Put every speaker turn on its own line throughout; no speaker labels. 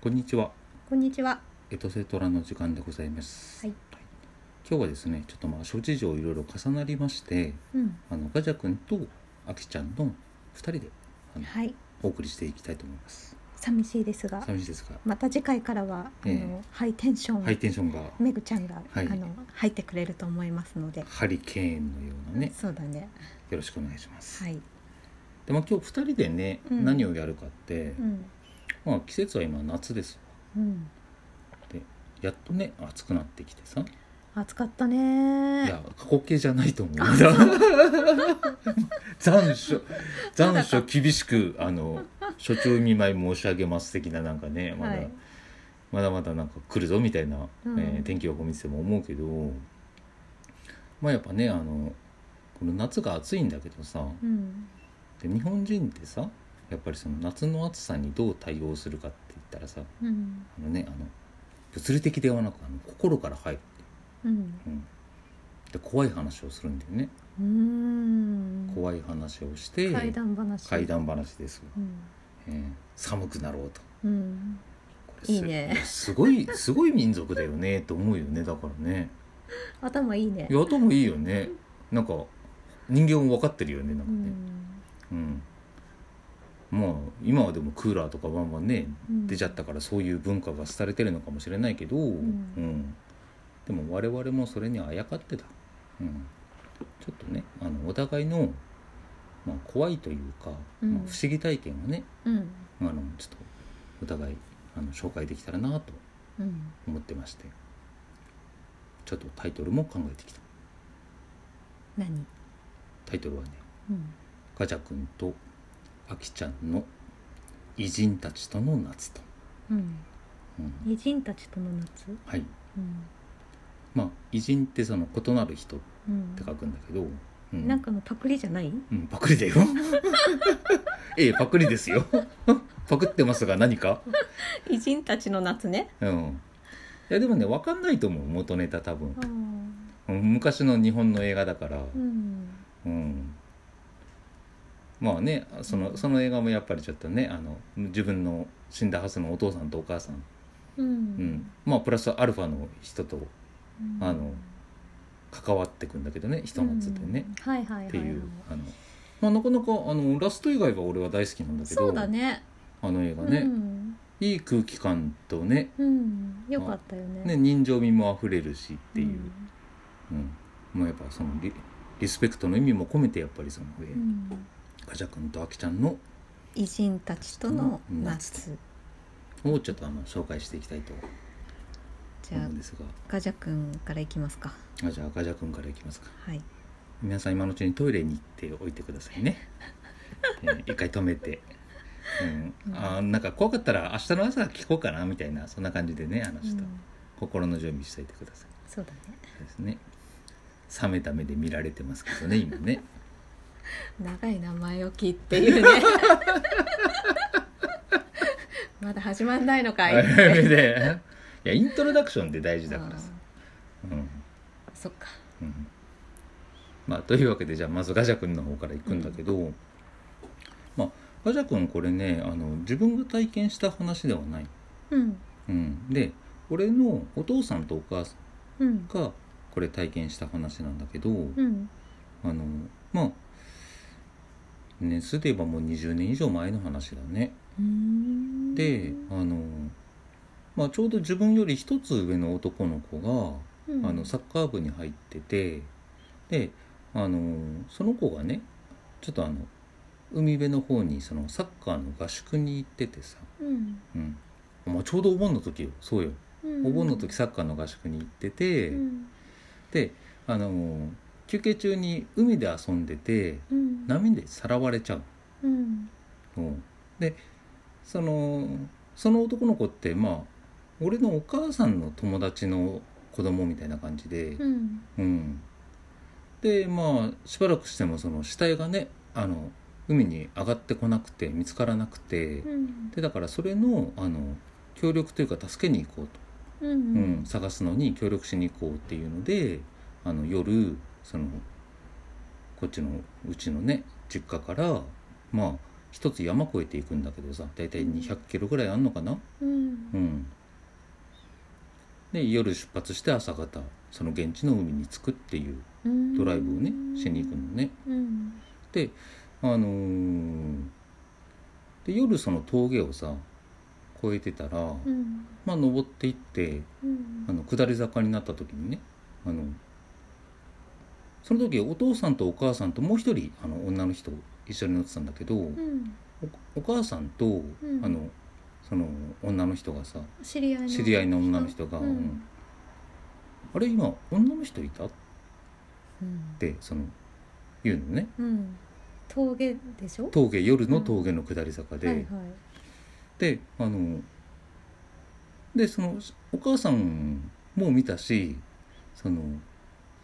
こんにちは。
こんにちは。
エトセトラの時間でございます。
はい。
今日はですね、ちょっとまあ諸事情いろいろ重なりまして、
うん。
あのガジャ君とアキちゃんの二人であの
はい。
お送りしていきたいと思います。
寂しいですが、
寂しいですが、
また次回からは、
ええ
あのハイテンション、
ハイテンションが
めぐちゃんが、
はい
あの入ってくれると思いますので、
ハリケーンのようなね、
そうだね。
よろしくお願いします。
はい。
でまあ今日二人でね、
うん
何をやるかって
う、ん。
まあ季節は今夏です。
うん。
やっとね暑くなってきてさ、
暑かった
い
ね
や。過去形じゃないと思う 残暑残暑厳しくあの所長見舞い申し上げます的ななんかねまだ、
はい
まだまだなんか来るぞみたいな、
うん
えー天気予報見てても思うけどまあやっぱねあのこの夏が暑いんだけどさ
うん。
で日本人ってさやっぱりその夏の暑さにどう対応するかって言ったらさ
うん。
あのねあの物理的ではなくあの心から入る、
うん。
うん、で怖い話をするんだよね。
うーん。
怖い話をして
怪談話。
怪談話です、
うん。
えー寒くなろうと
うん。
これす
いいね
すごいすごい民族だよねと思うよねだからね
頭いいね。
やともいいよねなんか人間も分かってるよねなん
う
かね
ん。
うん、まあ今はでもクーラーとかバンバンね
うん
出ちゃったからそういう文化が廃れてるのかもしれないけど、
ん
うんでも我々もそれにあやかってた、うん、ちょっとねあのお互いの、まあ、怖いというか、
うん
まあ、不思議体験をね
うん。
あのちょっとお互いあの紹介できたらなと
うん。
思ってましてちょっとタイトルも考えてきた
何？
タイトルはね
うん。
「ガチャ君とアキちゃんの偉人たちとの夏と」
うん。
うん
偉人たちとの夏。
はい
うん。
まあ偉人ってその異なる人っ
うん
て。書くんだけど、うん、
なんかのパクリじゃない？
うん、パクリだよ ええパクリですよ パクってますが何か
偉人たちの夏ね。
うんいやでもね分かんないと思う元ネタ多分
うん。
うん昔の日本の映画だから
うん。
うんまあねそのその映画もやっぱりちょっとねあの自分の死んだはずのお父さんとお母さん、う
う
ん
ん。
まあプラスアルファの人と
うん
あの関わってくんだけどねひと夏でね、。
うんはいはいはいはい。
っていうあの、まあ、なかなかあのラスト以外は俺は大好きなんだけど
そうだね。
あの映画
う
ね、
ん。
いい空気感とね
うん。よかったよね。
ね
っ
人情味もあふれるしっていう、うんもうやっぱそのリリスペクトの意味も込めてやっぱりその、えーガチャ君とアキちゃんの
偉人たちとの夏。
をちょっとあの紹介していきたいと
じ
思
ゃ
うんで
あ
すが
ガジャ君からいきますか。
あじゃあガジャ君からいきますか
はい。
皆さん今のうちにトイレに行っておいてくださ いねえー一回止めて、うん、あーなんか怖かったら明日の朝聞こうかなみたいなそんな感じでねあのちょっと
うん
心の準備しておいてください
そうだね。
ですね冷めた目で見られてますけどね今 ね
長い名前を聞っ ていうね。まだ始まんないの かい。
でいやイントロダクションって大事だからさ、うん
あーそっか。
うんまあというわけでじゃあまずガジャ君の方から行くんだけど、まあガジャ君これねあの自分が体験した話ではない、
うん。
うん、で俺のお父さんとお母さん
うん。
がこれ体験した話なんだけど、
うん。
あのまあねすで言えばもう20年以上前の話だね。
うーん
であの、まあ、ちょうど自分より一つ上の男の子が、
うん
あのサッカー部に入っててであのその子がねちょっとあの海辺の方にそのサッカーの合宿に行っててさ、
うん
うんまあ、ちょうどお盆の時よそうよ
うん
お盆の時サッカーの合宿に行ってて、
うん
であの休憩中に海で遊んでて
うん
波でさらわれちゃう
うん
うん、でそのその男の子ってまあ俺のお母さんの友達の子供みたいな感じで、
うん
うん、でまあしばらくしてもその死体がねあの海に上がってこなくて見つからなくて
うん
でだからそれのあの協力というか助けに行こうと、
う
うん
ん
探すのに協力しに行こうっていうのであの夜そのこっちのうちのね実家からまあ一つ山越えていくんだけどさ大体2 0 0キロぐらいあんのかな、
うん
うんで夜出発して朝方その現地の海に着くっていう
うん
ドライブをねしに行くのね
うん
であのーで夜その峠をさ越えてたら、
うん
まあ登っていって
うん
あの下り坂になった時にねあのその時お父さんとお母さんともう一人あの女の人一緒に乗ってたんだけど、
うん
おお母さんと、
ん
あのその女の人がさ
知り合いの
知り合いの女の人が、
うん
うんあれ今女の人いた?」っ
うん
てその言うのね
うん峠でしょ
峠夜の峠の下り坂で、
はいはい
であのでそのお母さんも見たしその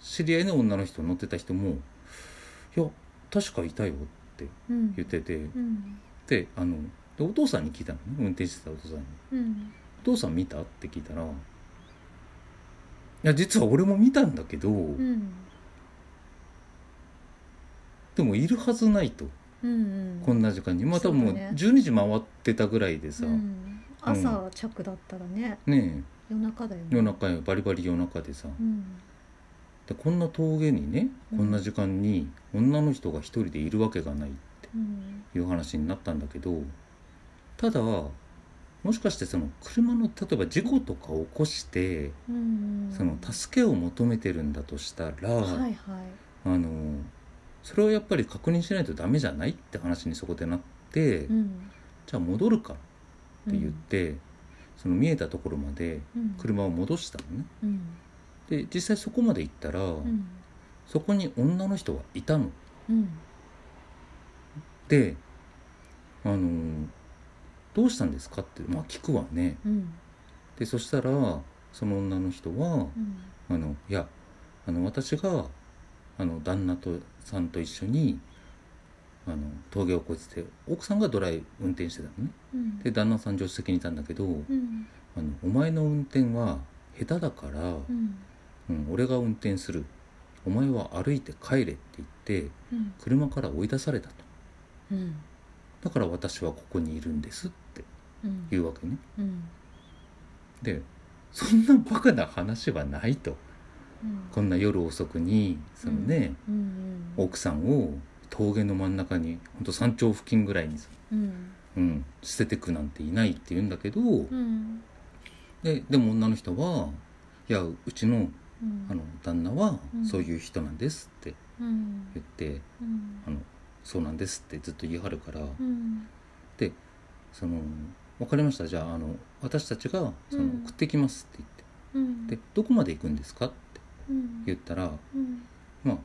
知り合いの女の人乗ってた人も「いや確かいたよ」って
うん
言ってて
うん
であのでお父さんに聞いたのね運転してたお父さんに
うん
「お父さん見た?」って聞いたら「いや実は俺も見たんだけど、
うん
でもいるはずないと
うん
こんな時間にまあ多分もう
そうだね
12時回ってたぐらいでさ、
うん朝着だったらね
ね
夜中だよね
え夜中よバリバリ夜中でさ、
うん
でこんな峠にねこんな時間に女の人が一人でいるわけがないっ
うん
ていう話になったんだけどただもしかしてその車の例えば事故とか起こして
うん
その助けを求めてるんだとしたら、
はいはい
あのそれをやっぱり確認しないとダメじゃないって話にそこでなって、
う
じ
ん
ゃあ戻るかって言って、その見えたところまで
うん
車を戻したのね。
うん
で実際そこまで行ったら、
うん
そこに女の人がいたの。
うん
で、あのーどうしたんですかって、まあ、聞くわね
うん
でそしたらその女の人は
うん
「あのいやあの私があの旦那とさんと一緒にあの峠を越えてて奥さんがドライブ運転してたのね
うん
で旦那さん助手席にいたんだけど、
うん
あの「お前の運転は下手だから、
うん
うん、俺が運転するお前は歩いて帰れ」って言って
うん
車から追い出されたと
うん
だから私はここにいるんですって
うん
いうわけね
うん
でそんなバカな話はないと
うん
こんな夜遅くにそのね、
うん
奥さんを峠の真ん中にほんと山頂付近ぐらいに、
うん
うん、捨ててくなんていないって言うんだけど、
うん
ででも女の人は「いやうちの
うん
あの旦那は
うん
そういう人なんです」って
うん
言って
うん
「あのそうなんです」ってずっと言い張るから
うん
「その分かりましたじゃああの私たちがそ
うん
の送ってきます」って
う
言
ん
って「でどこまで行くんですか?」って
うん
言ったら「
うん
まあ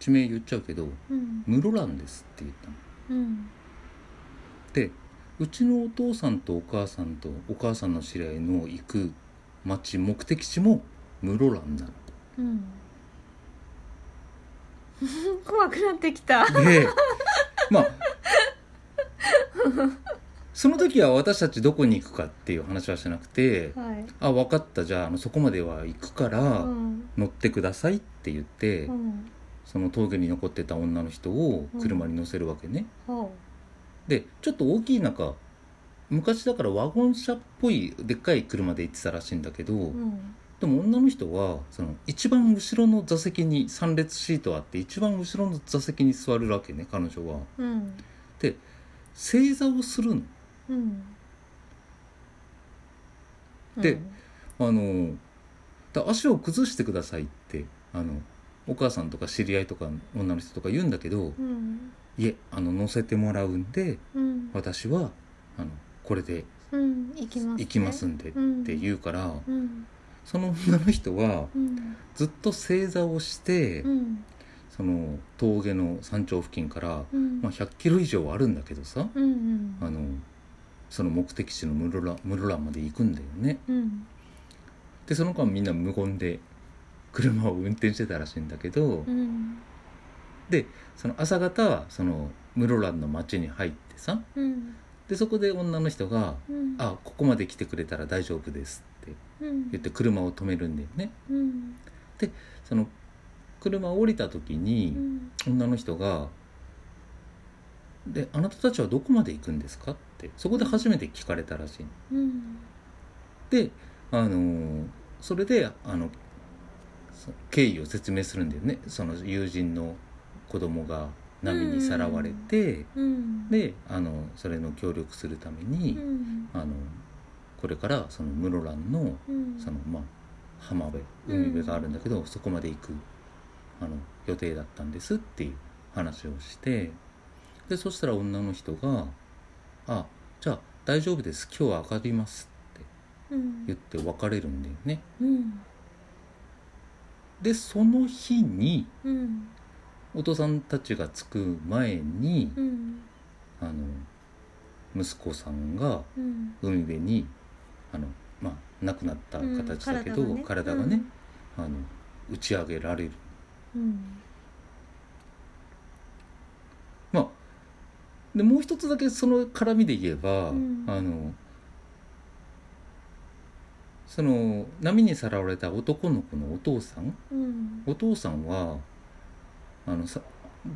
地名言っちゃうけど
うん
室蘭ですって言ったの
うん
でうちのお父さんとお母さんとお母さんの知り合いの行く町目的地も室蘭なの
うん怖くなってきた
でまあその時は私たちどこに行くかっていう話はしなくて
はい
「あ分かったじゃああのそこまでは行くか
う
ら
ん
乗ってください」って言って、
うん
その峠に残ってた女の人を車に乗せるわけね、
ほ
でちょっと大きいなんか昔だからワゴン車っぽいでっかい車で行ってたらしいんだけど、
ううん
でも女の人はその一番後ろの座席に3列シートあって一番後ろの座席に座るわけね彼女は
うん
正座をするの
うん
であのだ足を崩してくださいってあのお母さんとか知り合いとか女の人とか言うんだけど
うん
いえあの乗せてもらうんで
うん
私はあのこれで
うん行きます
行きますんでっ
うん
て言うから
うん
その女の人は
うん
ずっと正座をして
うん
その峠の山頂付近から、
うん
まあ、100キロ以上あるんだけどさ
うんうん
あのその目的地の室蘭室蘭まで行くんだよね
うん
でその間みんな無言で車を運転してたらしいんだけど、
うん
その朝方その室蘭の町に入ってさ
うん
でそこで女の人が
うん
「あここまで来てくれたら大丈夫です」って
うん
言って車を止めるんだよね
うん
その車を降りた時
う
に
ん
女の人が「であなたたちはどこまで行くんですか?」ってそこで初めて聞かれたらしいの
うん
であのそれであのそ経緯を説明するんだよねその友人の子供が波にさらわれて、
うん
であのそれの協力するために、
うん
あのこれからその室蘭の
うん
その、まあ、浜辺海辺があるんだけど、そこまで行くあの予定だったんですっていう話をしてでそしたら女の人が「あじゃあ大丈夫です今日は上がります」って
うん
言って別れるんだよね。
うん
でその日に
うん
お父さんたちが着く前に、
うん
あの息子さんが
うん
海辺にあの、まあ、亡くなった形だけど、
うん
体がね、あの打ち上げられる
うん
まあでもう一つだけその絡みで言えば、
うん
あのその波にさらわれた男の子のお父さん
うん
お父さんはあのさ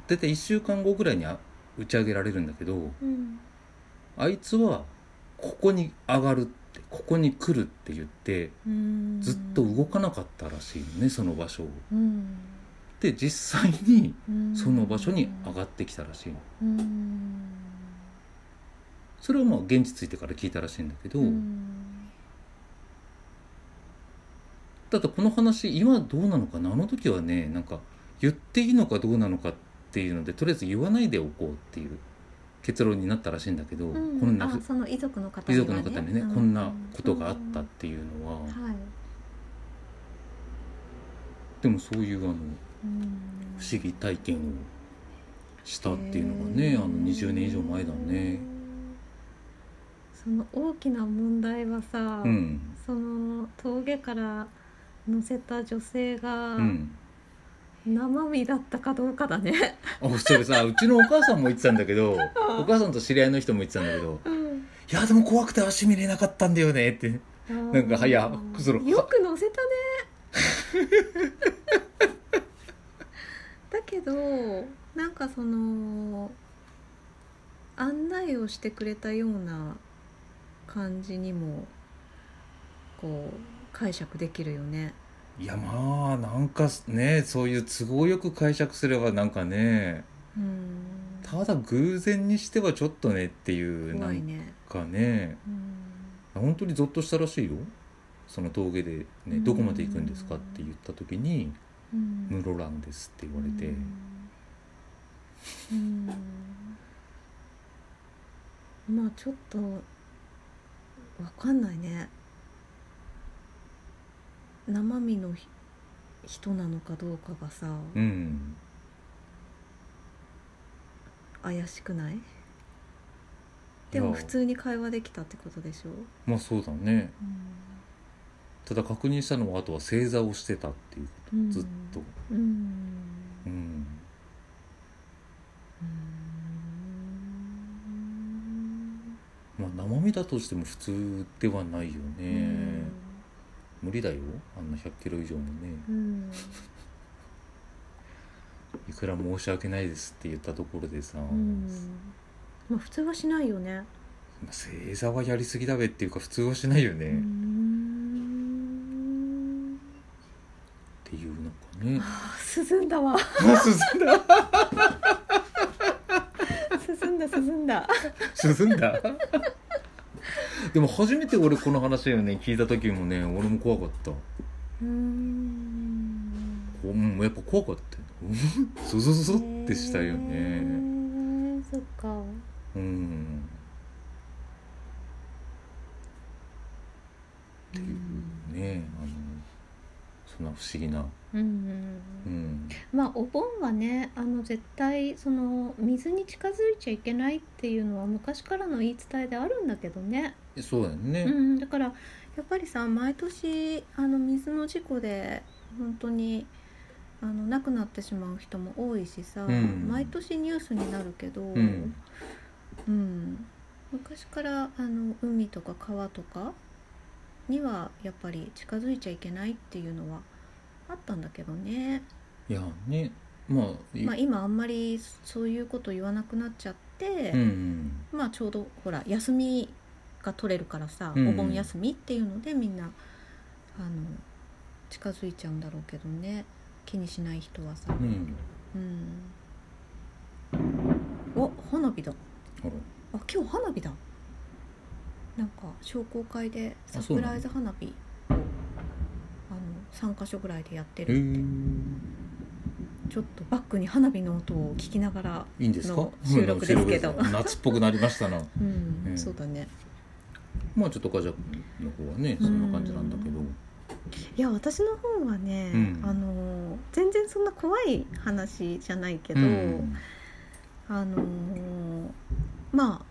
大体1週間後ぐらいにあ打ち上げられるんだけど
うん
あいつはここに上がるってここに来るって言って
うん
ずっと動かなかったらしいのねその場所を。
うん
で実際に
うん
その場所に上がってきたらしいの
うん
それはまあ現地着いてから聞いたらしいんだけど、
うん
ただこの話今どうなのかなあの時はねなんか言っていいのかどうなのかっていうのでとりあえず言わないでおこうっていう結論になったらしいんだけど、
うん
こんな
あその遺族の方
遺
には
族の方にね、
う
こんなことがあったっていうのは、
うんはい
でもそういうあの
うん
不思議体験をしたっていうのがね、
へー
あの20年以上前だね。
その大きな問題はさ、
うん、
その峠から乗せた女性が
うん
生身だったかどうかだね。
あそれさうちのお母さんも言ってたんだけどお母さんと知り合いの人も言ってたんだけど
うん、
「いやでも怖くて足見れなかったんだよね」って
なん
かいやその
よく乗せたね。 だけどなんかその案内をしてくれたような感じにもこう解釈できるよね。
いやまあなんかねそういう都合よく解釈すればなんかね
うん、
ただ偶然にしてはちょっとねっていうな
怖い
ん
ね。
かね
うん
本当にゾッとしたらしいよその峠で、
う
ね「
ん
どこまで行くんですか?」って言った時に「
うん
室蘭です」って言われて
うんうんまあちょっとわかんないね生身のひ人なのかどうかがさ
うん
怪しくない
い
で
や
も普通に会話できたってことでしょ、
まあそうだね
う
ただ確認したのはあとは正座をしてたっていうこと
ん、
ずっと
うん
うん
うん
まあ生身だとしても普通ではないよね無理だよあんな1 0 0キロ以上もね
うん
いくら申し訳ないですって言ったところでさ、
うんまあ普通はしないよね
まあ正座はやりすぎだべっていうか普通はしないよね、
うー
っ
ん
ていうなんかね
あ進んだわ
あ進んだ
進んだ進んだ
進んだ でも初めて俺この話をね聞いた時もね俺も怖かったこ
うーん
ううんやっぱ怖かったようんそうそうそうそうってしたよ
へ
ね
ーそっか
うんっていうねあのそんな不思議な
うん
う
うん
ん
まあお盆はねあの絶対その水に近づいちゃいけないっていうのは昔からの言い伝えであるんだけどね、
そうだよね、
うん、だからやっぱりさ毎年あの水の事故で本当にあの亡くなってしまう人も多いしさ、
うん
毎年ニュースになるけど、
うん
うん、昔からあの海とか川とかにはやっぱり近づいちゃいけないっていうのはあったんだけどね、
いやねまあ、い
まあ、今あんまりそういうこと言わなくなっちゃって、
うん
まあちょうどほら休みが取れるからさ、
うん
お盆休みっていうのでみんなあの近づいちゃうんだろうけどね気にしない人はさ、
うん
うんお花火だ
あら
あ今日花火だなんか商工会でサ
あそう
プ
なの
ライズ花火あの3か所ぐらいでやって
え
る
ー、
ちょっとバックに花火の音を聞きながら
いいんですか
の収録ですけ
う
ど
ん収録です夏っぽくなりましたな
うん、
うん
そうだね
まあちょっとカジャの方はねそんな感じなんだけど
いや私の方はね、
うん
あの全然そんな怖い話じゃないけど、
うん
あのまあ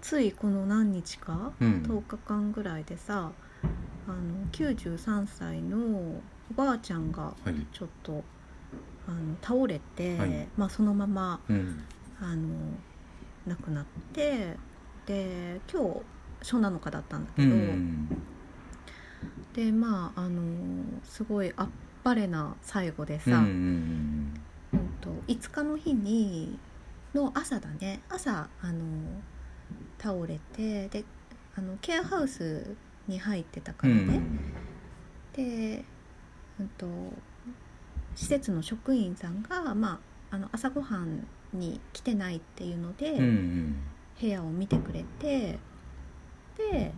ついこの何日か
うん
10日間ぐらいでさあの93歳のおばあちゃんが
はい
ちょっとあの倒れて、
はい
まあ、そのまま
うん
あの亡くなってで今日初七日だったんだ
う
けど、
ん
でまああのすごいあっぱれな最後で
う
さ、
んう
うん
ん
と5日の日にの朝だね朝あの倒れてであのケアハウスに入ってたか
う
らね、
ん
で、うん、と施設の職員さんが、まあ、あの朝ごはんに来てないっていうので、
うんうん
部屋を見てくれてで、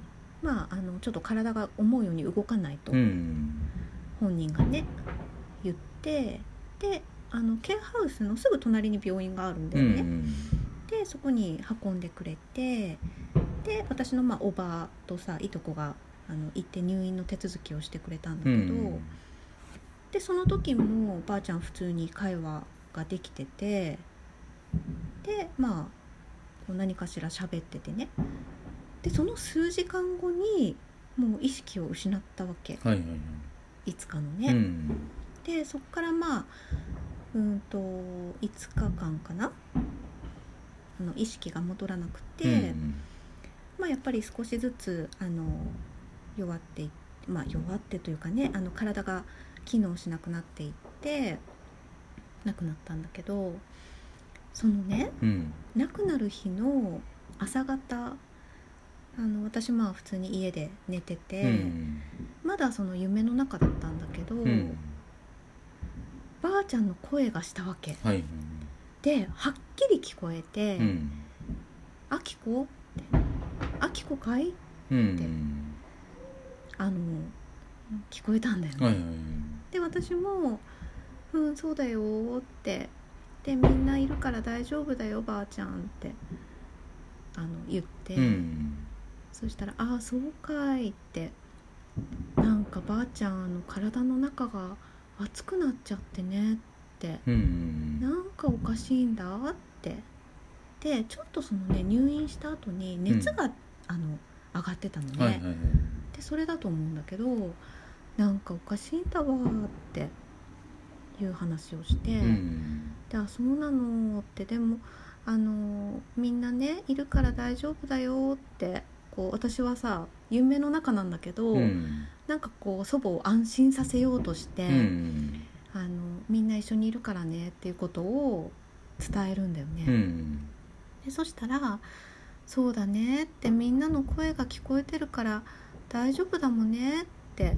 まあ、あのちょっと体が思うように動かないと
うん
本人がね言ってであのケアハウスのすぐ隣に病院があるんだ
う
よ
ん
ね、でそこに運んでくれてで私のまあおばとさいとこがあの行って入院の手続きをしてくれたん
う
だけ
ん
ど、でその時もばあちゃん普通に会話ができててでまあこう何かしら喋っててねでその数時間後にもう意識を失ったわけ
はいはいはい
つかの
い
ね、
うん
でそこからまあうんと5日間かなあの意識が戻らなくて、
うん
まあ、やっぱり少しずつあの弱っていっまあ、弱ってというかねあの体が機能しなくなっていって亡くなったんだけどそのね
うん
亡くなる日の朝方あの私まあ普通に家で寝てて、
うん
まだその夢の中だったんだけど、
うん
ばあちゃんの声がしたわけ
はいはい
ではっきり聞こえて
うん
「あきこ?」って「あきこかい?
うん」
あの聞こえたんだよね。
はいはいはい
で私も「うんそうだよ」って「でみんないるから大丈夫だよばあちゃん」ってあの言って、
うん
そしたら「ああそうかい」ってなんかばあちゃんあの体の中が熱くなっちゃってねって
うん
なんかおかしいんだってでちょっとそのね入院した後に熱が、あの上がってたのね、
はいはいはい
でそれだと思うんだけどなんかおかしいんだわーっていう話をして「
うん
であそうなの」ってでもあのーみんなねいるから大丈夫だよってこう私はさ夢の中なんだけど、
うん
なんかこう祖母を安心させようとして、
うん
あのみんな一緒にいるからねっていうことを伝えるんだよね。
うん
でそしたら「そうだね」ってみんなの声が聞こえてるから大丈夫だもんねって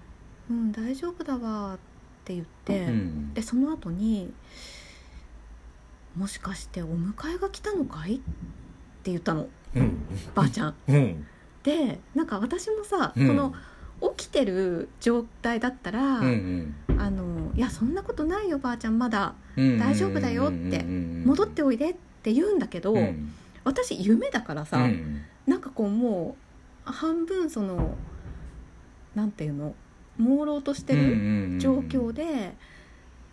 「うん大丈夫だわ」って言って、
うん
でその後に「もしかしてお迎えが来たのかい?」って言ったの
うん
ばあちゃん。
うん
でなんか私もさ、
うん
この起きてる状態だったら、
うん
あの「いやそんなことないよばあちゃんまだ
うん
大丈夫だよって戻っておいで」って言うんだけど、
うん
私夢だからさ、
うん
なんかこうもう半分そのなんていうの朦朧としてる状況で、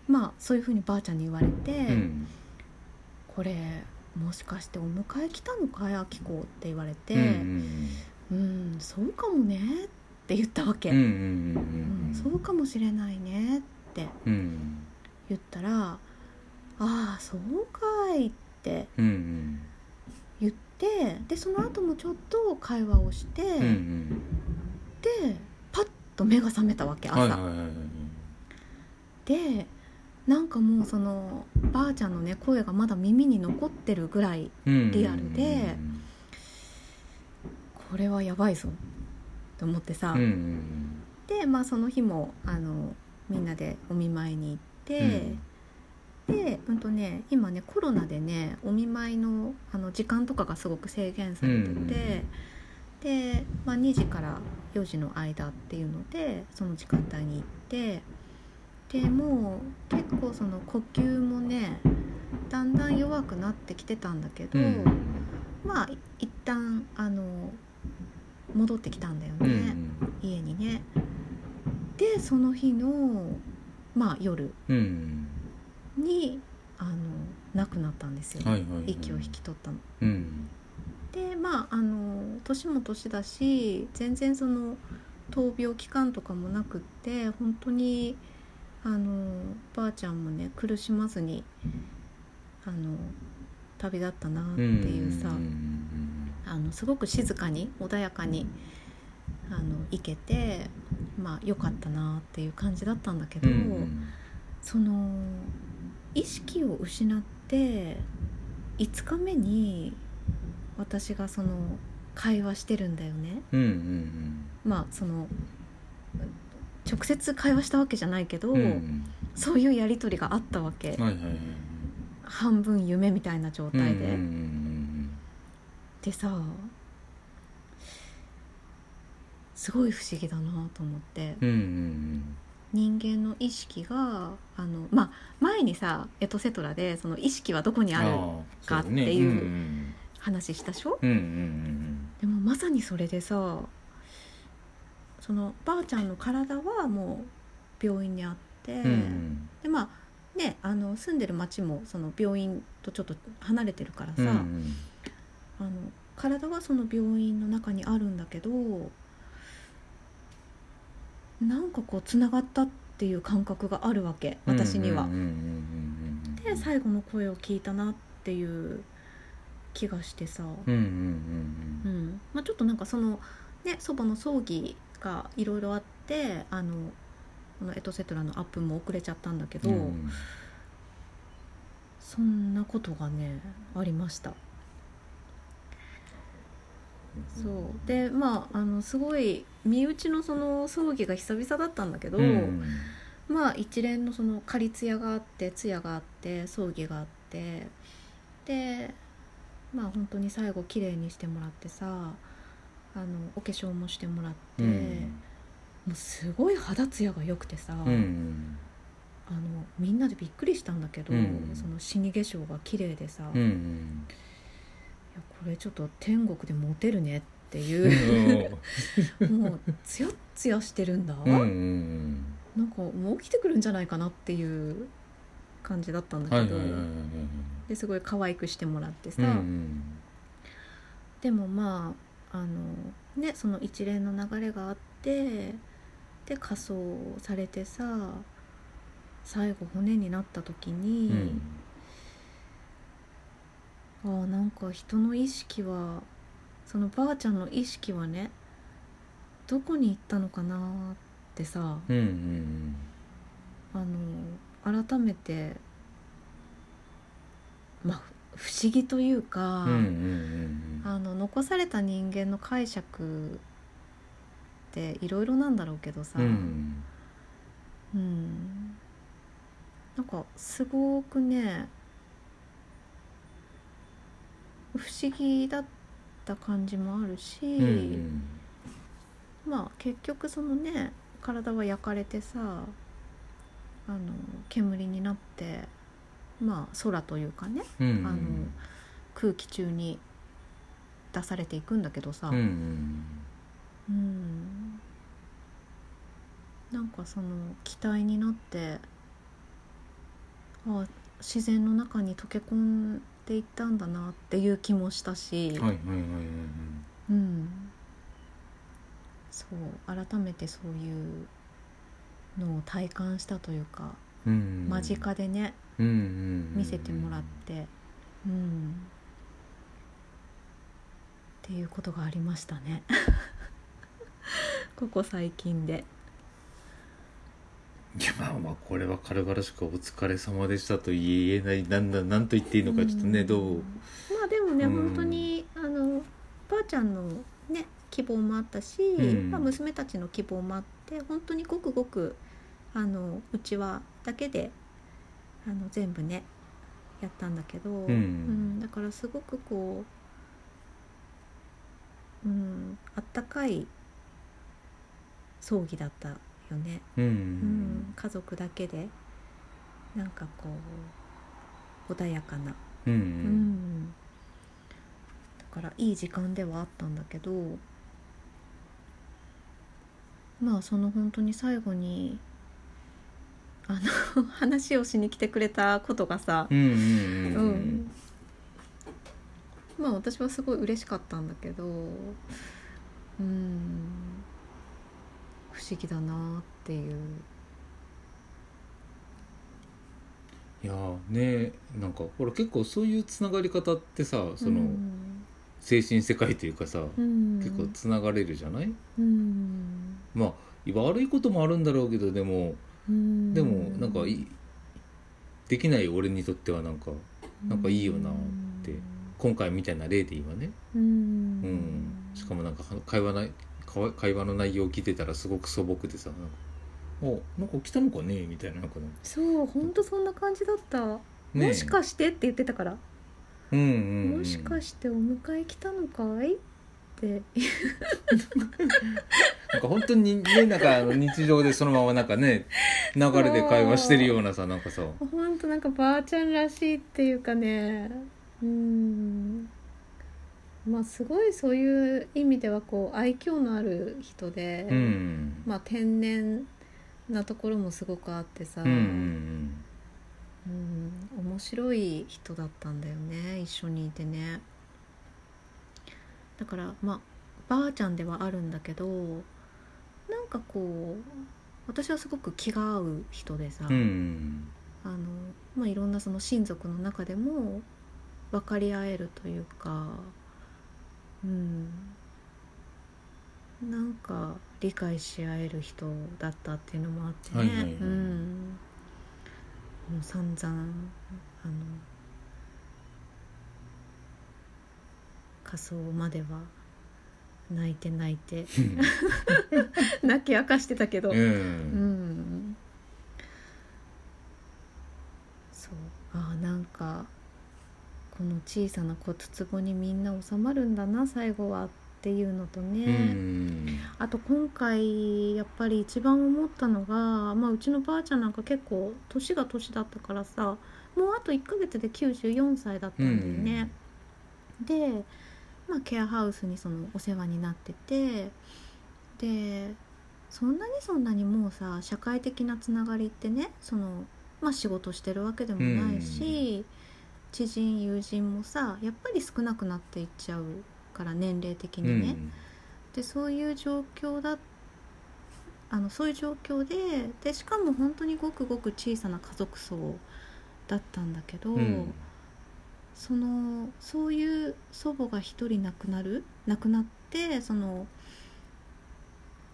まあそういうふうにばあちゃんに言われて、
うん
これもしかしてお迎え来たのかいあきこって言われて、
うん
うん、そうかもねって言ったわけ、
うんうんうん
うんそうかもしれないねって
うん
言ったら「ああそうかい」って
うんうん
言ってでその後もちょっと会話をして、
うんうん
でパッと目が覚めたわけ朝、
はいはいはいはい
でなんかもうそのばあちゃんのね声がまだ耳に残ってるぐらい
うん
リアルでこれはやばいぞと思ってさ、
うんうん
で、まあ、その日もあのみんなでお見舞いに行って。
うん
で、うんとね、今ねコロナでねお見舞いのあの時間とかがすごく制限されてて、
うんうんうん
で、まあ、2時から4時の間っていうのでその時間帯に行ってでもう結構その呼吸もねだんだん弱くなってきてたんだけど、
うんうん
まあ一旦あの戻ってきたんだよ
う
ね、
んうん
家にね。でその日の、まあ、夜
うん
にあの亡くなったんですよ、
はいはいはい
息を引き取ったの。
うん
でまああの年も年だし全然その闘病期間とかもなくって本当にあのばあちゃんもね苦しまずにあの旅立ったなっていうさ、
んん
あのすごく静かに穏やかにあの行けてまあ良かったなっていう感じだったんだけ
う
ど。
んうん
その意識を失って5日目に私がその会話してるんだよね
うんうん
まあその直接会話したわけじゃないけど、
うんうん
そういうやり取りがあったわけ、
はいはいはい
半分夢みたいな状態
う
で、
んうん
でさすごい不思議だなと思って、
うんうんうん
人間の意識があのまあ前にさエトセトラでその意識はどこにあるかっていう
うん
話したでしょ
うんうんうん
でもまさにそれでさそのばあちゃんの体はもう病院にあって、
うんうん
でまあねあの住んでる町もその病院とちょっと離れてるから
う
さ、
んうん
あの体はその病院の中にあるんだけどなんかこうつながったっていう感覚があるわけ私には。
うんうんうんうんうん
で最後の声を聞いたなっていう気がしてさ。
うんうん
うんまあ、ちょっとなんかそのね祖母の葬儀がいろいろあってあのこのエトセトラのアップも遅れちゃったんだけ
う
ど、
んうんうん
そんなことがねありましたそうでまああのすごい身内のその葬儀が久々だったんだけど、
うん
まあ一連のその仮通夜があって通夜があって葬儀があってでまあ本当に最後綺麗にしてもらってさあのお化粧もしてもらって。
うん
もうすごい肌ツヤが良くてさ、
うんうん
あのみんなでびっくりしたんだけど、
うん
その死に化粧が綺麗でさ、
う
いや
ん
これちょっと天国でモテるねって
うん
いうもうツヤッツヤしてるんだ、
うんうんうん
なんかもう起きてくるんじゃないかなっていう感じだったんだ
はい
け
はい
ど、
はいはいはい
ですごい可愛くしてもらってさ、
うん
でもまああのねその一連の流れがあってで仮装されてさ最後骨になった時
う
に。
んうん
あーなんか人の意識はそのばあちゃんの意識はねどこに行ったのかなーってさ
うんうん
あの改めてまあふ不思議というか、
うんうんうん
あの残された人間の解釈っていろいろなんだろうけどさ、
うん
うんなんかすごくね不思議だった感じもあるし、
うんうん
まあ結局そのね体は焼かれてさあの煙になってまあ空というかね
うんうん
あの空気中に出されていくんだけどさ、
うんうん
うんなんかその気体になってあ自然の中に溶け込んでいったんだなっていう気もしたし、
はいはいはいはい
うん、そう改めてそういうのを体感したというか、
うん
間近でね
うんうん
見せてもらって、うんっていうことがありましたね ここ最近で。
いやまあまあこれは軽々しくお疲れ様でしたと言えないなんだなんと言っていいのかちょっとね
ん
どう
まあでもね、
うん
本当にあのばあちゃんのね希望もあったし、
うん
まあ、娘たちの希望もあって本当にごくごくあのうちはだけであの全部ねやったんだけど、
ん
うんだからすごくこう、うん、あったかい葬儀だったよね、
うん
うん、家族だけでなんかこう穏やかな。
うんう
うんん、だからいい時間ではあったんだけどまあその本当に最後にあの話をしに来てくれたことがさ
う、んう
うんんまあ私はすごい嬉しかったんだけどうん不思議だなっていう。
いやーねなんかほら結構そういうつながり方ってさそうの
ん
精神世界というかさ
うん
結構つながれるじゃない
うん
まあ悪いこともあるんだろうけどでも
うん
でもなんかいいできない俺にとってはなんかなんかいいよなって今回みたいな例で今ね、
うん、
う、
うん
しかもなんか会話ない会話会話の内容を聞いてたらすごく素朴でさなんか「あなんか来たのかね?」みたいななんかね
そう本当そんな感じだった、
ね
もしかしてって言ってたから、
うんうんうん
もしかしてお迎え来たのかいって
なんか本当にねなんかあの日常でそのままなんかね 流れで会話してるようなさなんかさ
本当なんかばあちゃんらしいっていうかねうんまあすごいそういう意味ではこう愛嬌のある人で、
うん
まあ天然なところもすごくあってさ、
うんうん
うん面白い人だったんだよね一緒にいてねだからまあばあちゃんではあるんだけどなんかこう私はすごく気が合う人でさ、
うんうん
あのまあ、いろんなその親族の中でも分かり合えるというかうんなんか理解し合える人だったっていうのもあってね、
はいはいはい
うん、もう散々あの仮装までは泣いて泣 いて泣き明かしてたけど
うんう。
うんんそうあーなんかこの小さな骨壺にみんな収まるんだな最後はっていうのとね、
うん
あと今回やっぱり一番思ったのが、まあ、うちのばあちゃんなんか結構年が年だったからさもうあと1ヶ月で94歳だったんだよね。で、まあ、ケアハウスにそのお世話になっててでそんなにそんなにもうさ社会的なつながりってねその、まあ、仕事してるわけでもないし、知人友人もさやっぱり少なくなっていっちゃうから年齢的
う
にね。
ん
でそういう状況だあのそういう状況ででしかも本当にごくごく小さな家族葬だったんだけど、
うん
そのそういう祖母が一人亡くなる亡くなってその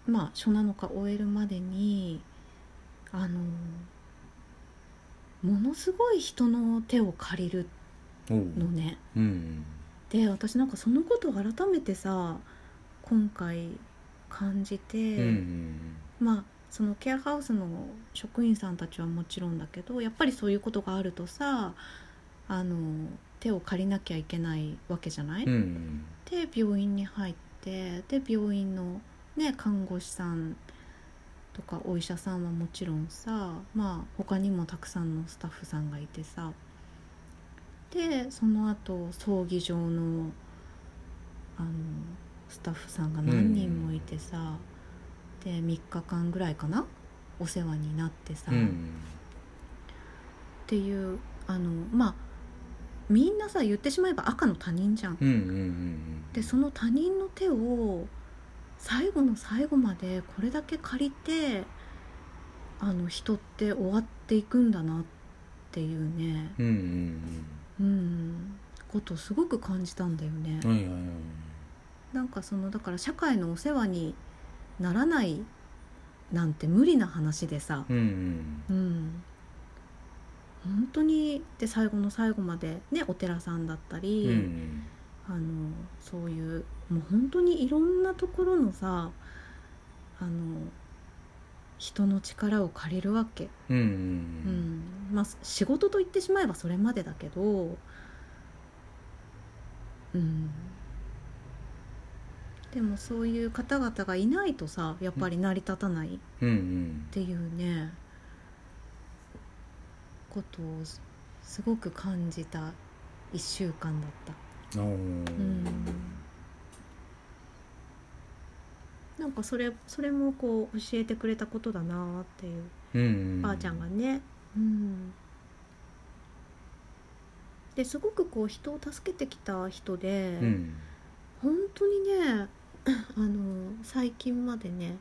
まあ初7日終えるまでにあのものすごい人の手を借りる
おう
のね。
うん
で私なんかそのことを改めてさ今回感じて、
うん
まあそのケアハウスの職員さんたちはもちろんだけどやっぱりそういうことがあるとさあの手を借りなきゃいけないわけじゃない、
うんうん
で病院に入ってで病院の、ね、看護師さんとかお医者さんはもちろんさまあ他にもたくさんのスタッフさんがいてさでその後葬儀場のあのスタッフさんが何人もいてさ、で3日間ぐらいかなお世話になってさ、
う
っ
ん
ていうあのまあみんなさ言ってしまえば赤の他人じゃん。
うんうんうん
でその他人の手を最後の最後までこれだけ借りてあの人って終わっていくんだなっていうね
うんうん
うんことをすごく感じたんだよね
うん。はいはいはい
なんかそのだから社会のお世話にならないなんて無理な話でさ
うんうん
うん本当にで最後の最後までねお寺さんだった
う
り、
ん
あのそういうもう本当にいろんなところのさあの人の力を借りるわけ、
うんうん
うんまあ、仕事と言ってしまえばそれまでだけど、うん、でもそういう方々がいないとさやっぱり成り立たない
うんうん
っていうねことをすすごく感じた1週間だった
あー
んなんかそれそれもこう教えてくれたことだなっていう、
うん
ばあちゃんがね、うん、ですごくこう人を助けてきた人で、
うん
本当にね あの最近までね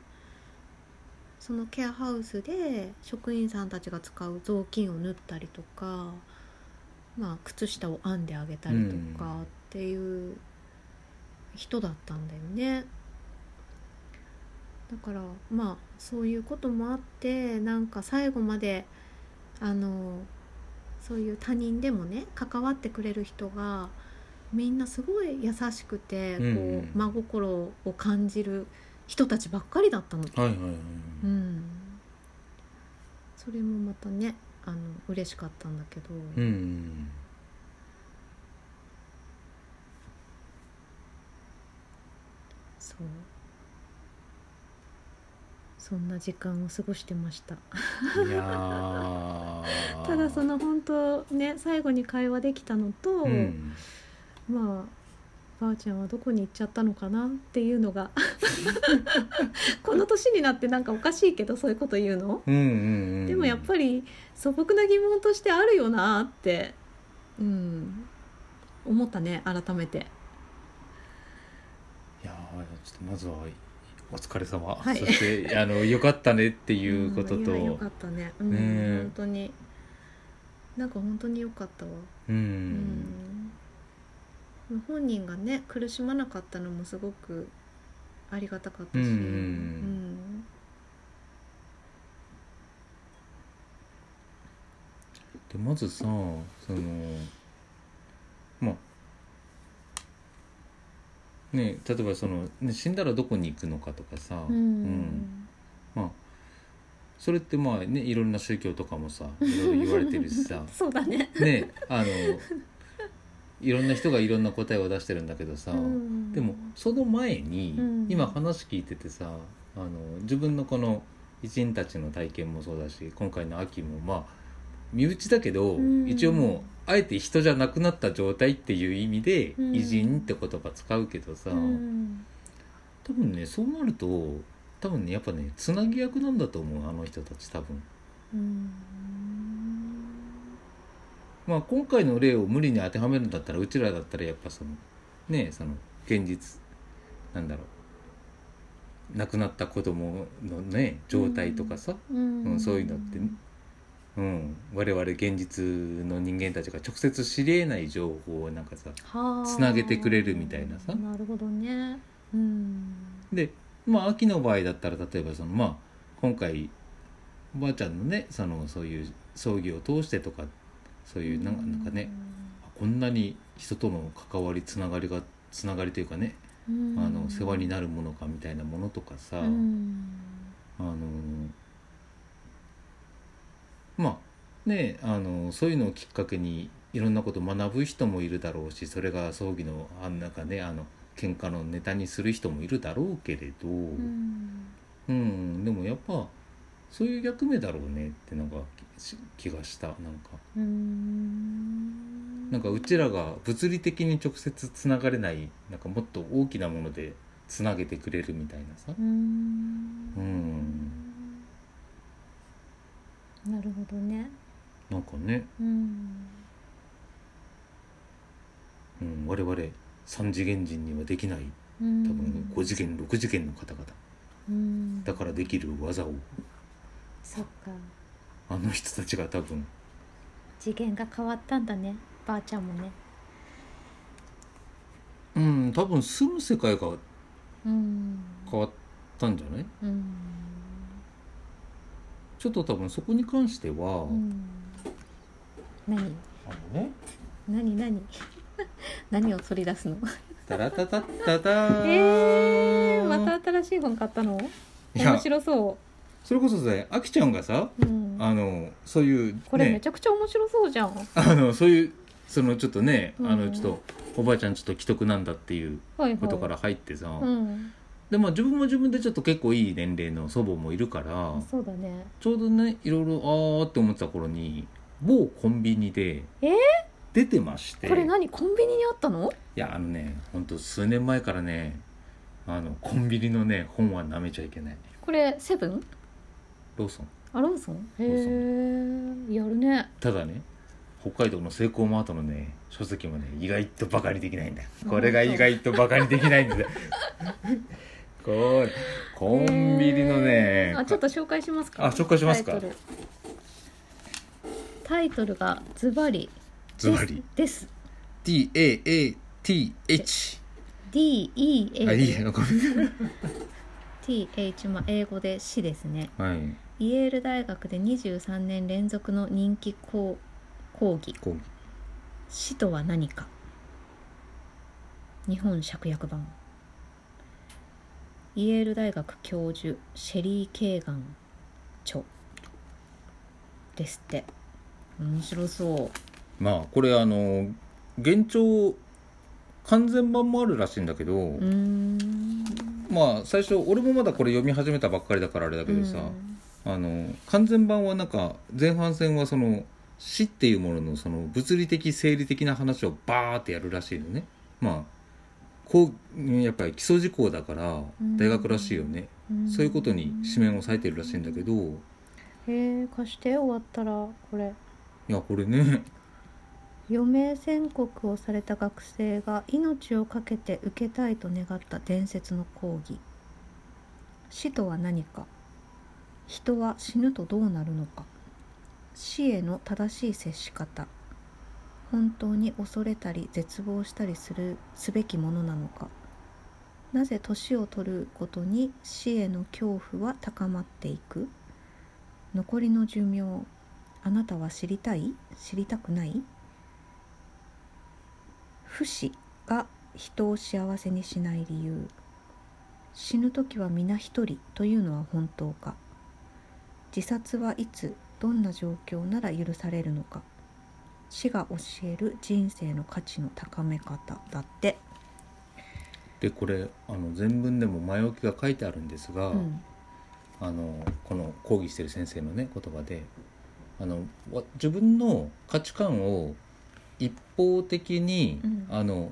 そのケアハウスで職員さんたちが使う雑巾を縫ったりとか、まあ、靴下を編んであげたりと
うん
かっていう人だったんだよね。だからまあそういうこともあってなんか最後まであのそういう他人でもね関わってくれる人がみんなすごい優しくて、
うんう
こ
ん
う真心を感じる人たちばっかりだったの、
はいはいはい、
うん、それもまたねあの嬉しかったんだけど、
うんうん
そうそんな時間を過ごしてました
いやー
ただその本当ね最後に会話できたのと、
うん、
まあばあちゃんはどこに行っちゃったのかなっていうの がこの年になってなんかおかしいけどそういうこと言うの
うんうんうん、
でもやっぱり素朴な疑問としてあるよなって、うん、思ったね改めて
いやーちょっとまずはお疲れ様、
はい
そしてあのよかったねっていうことと、
んいやよかったね,、うん、
ねえ
本当になんか本当によかったわ、
うん
うん本人がね苦しまなかったのもすごくありがたかったし、
うんうんうん
うん
でまずさそのまあね例えばその、ね、死んだらどこに行くのかとかさ、
うん
まあそれってまあねいろんな宗教とかもさいろいろ言われてるし さ
そうだね、
ねあのいろんな人がいろんな答えを出してるんだけどさ、
うん
でもその前に、
うん
今話聞いててさあの自分のこの一員たちの体験もそうだし今回の秋もまあ身内だけど、
うん
一応もうあえて人じゃなくなった状態っていう意味で「
うん
偉人」って言葉使うけどさ、
うん
多分ねそうなると多分ねやっぱねつなぎ役なんだと思うあの人たち多分。
うん
まあ、今回の例を無理に当てはめるんだったらうちらだったらやっぱそのねその現実なんだろう亡くなった子供のね状態とかさ、
うん
うんそういうのってねうん、我々現実の人間たちが直接知りえない情報をなんかさ
はあ
つなげてくれるみたいなさ
なるほどねうん
でまあ秋の場合だったら例えばそのまあ今回おばあちゃんのねそのそういう葬儀を通してとかそういうなんかなんかねこんなに人との関わりつながりがつながりというかね、
うん
あの世話になるものかみたいなものとかさ、
うん
あのまあねあのそういうのをきっかけにいろんなことを学ぶ人もいるだろうしそれが葬儀のあんなんかねあの喧嘩のネタにする人もいるだろうけれど、
う
うん
ん
でもやっぱそういう役目だろうねってなんかし気がしたなんか。
うん
なんかうちらが物理的に直接つながれないなんかもっと大きなものでつなげてくれるみたいなさ
うん
うん
なるほどね
なんかね、
うん
うん、我々3次元人にはできない多
多
分5次元6次元の方々
うん
だからできる技を
そっか
あの人たちが多分
次元が変わったんだねばあちゃんもね
うん多分住む世界が
うん
変わったんじゃない
うん
ちょっと多分そこに関しては、
うん何
あのね
何何何を取り出すの
タラタタッタター
えー、また新しい本買ったの
いや
面白そ
それこそさあきちゃんがさ
う、うん、
あのそういう、ね、
これめちゃくちゃ面白そうじゃん、
あのそういうそのちょっとね、
うん
あのちょっとおばあちゃんちょっと既得なんだっていう
はいはい
ことから入ってさ、
うん
でまあ自分も自分でちょっと結構いい年齢の祖母もいるから
そうだね
ちょうどねいろいろあーって思ってた頃に某コンビニで
えー
出てまして、
これ
い
何コンビニにあったの
やあのねほんと数年前からねあのコンビニのね本はなめちゃいけない
これセブン
ローソン
アロンソンへ
ロー
えやるね
ただね北海道のセイコーマートのね書籍もね意外とバカにできないんだよこれが意外とバカにできないんだ よこれコンビニのね
へ、ーあちょっと紹介しますか
あ紹介しますか
タイトルタイトルがズバリ
ズバリ
ですです
TAATH
D E
あいい
A
やごめん
T H まあ英語で死ですね
はい
イエール大学で23年連続の人気講講義
こう
「死とは何か」日本芍薬版イエール大学教授シェリー・ケーガン著ですって面白そう
まあこれあの現状完全版もあるらしいんだけど、
うーん
まあ最初俺もまだこれ読み始めたばっかりだからあれだけどさ、
うん
あの完全版はなんか前半戦はその死っていうもののその物理的生理的な話をバーってやるらしいのねまあこううんやっぱり基礎事項だから
うん
大学らしいよね、
ん
そういうことに紙面を割いてるらしいんだけどい
へえ貸して終わったらこれ
やこれね
余命宣告をされた学生が命を懸けて受けたいと願った伝説の講義死とは何か人は死ぬとどうなるのか死への正しい接し方本当に恐れたり絶望したりするすべきものなのかなぜ年を取るごとに死への恐怖は高まっていく残りの寿命あなたは知りたい知りたくない不死が人を幸せにしない理由死ぬ時は皆一人というのは本当か自殺はいつどんな状況なら許されるのか死が教える人生の価値の高め方だって、
でこれあの全文でも前置きが書いてあるんですが、
うん、
あのこの講義してる先生のね言葉であのわ自分の価値観を一方的に、
うん
あの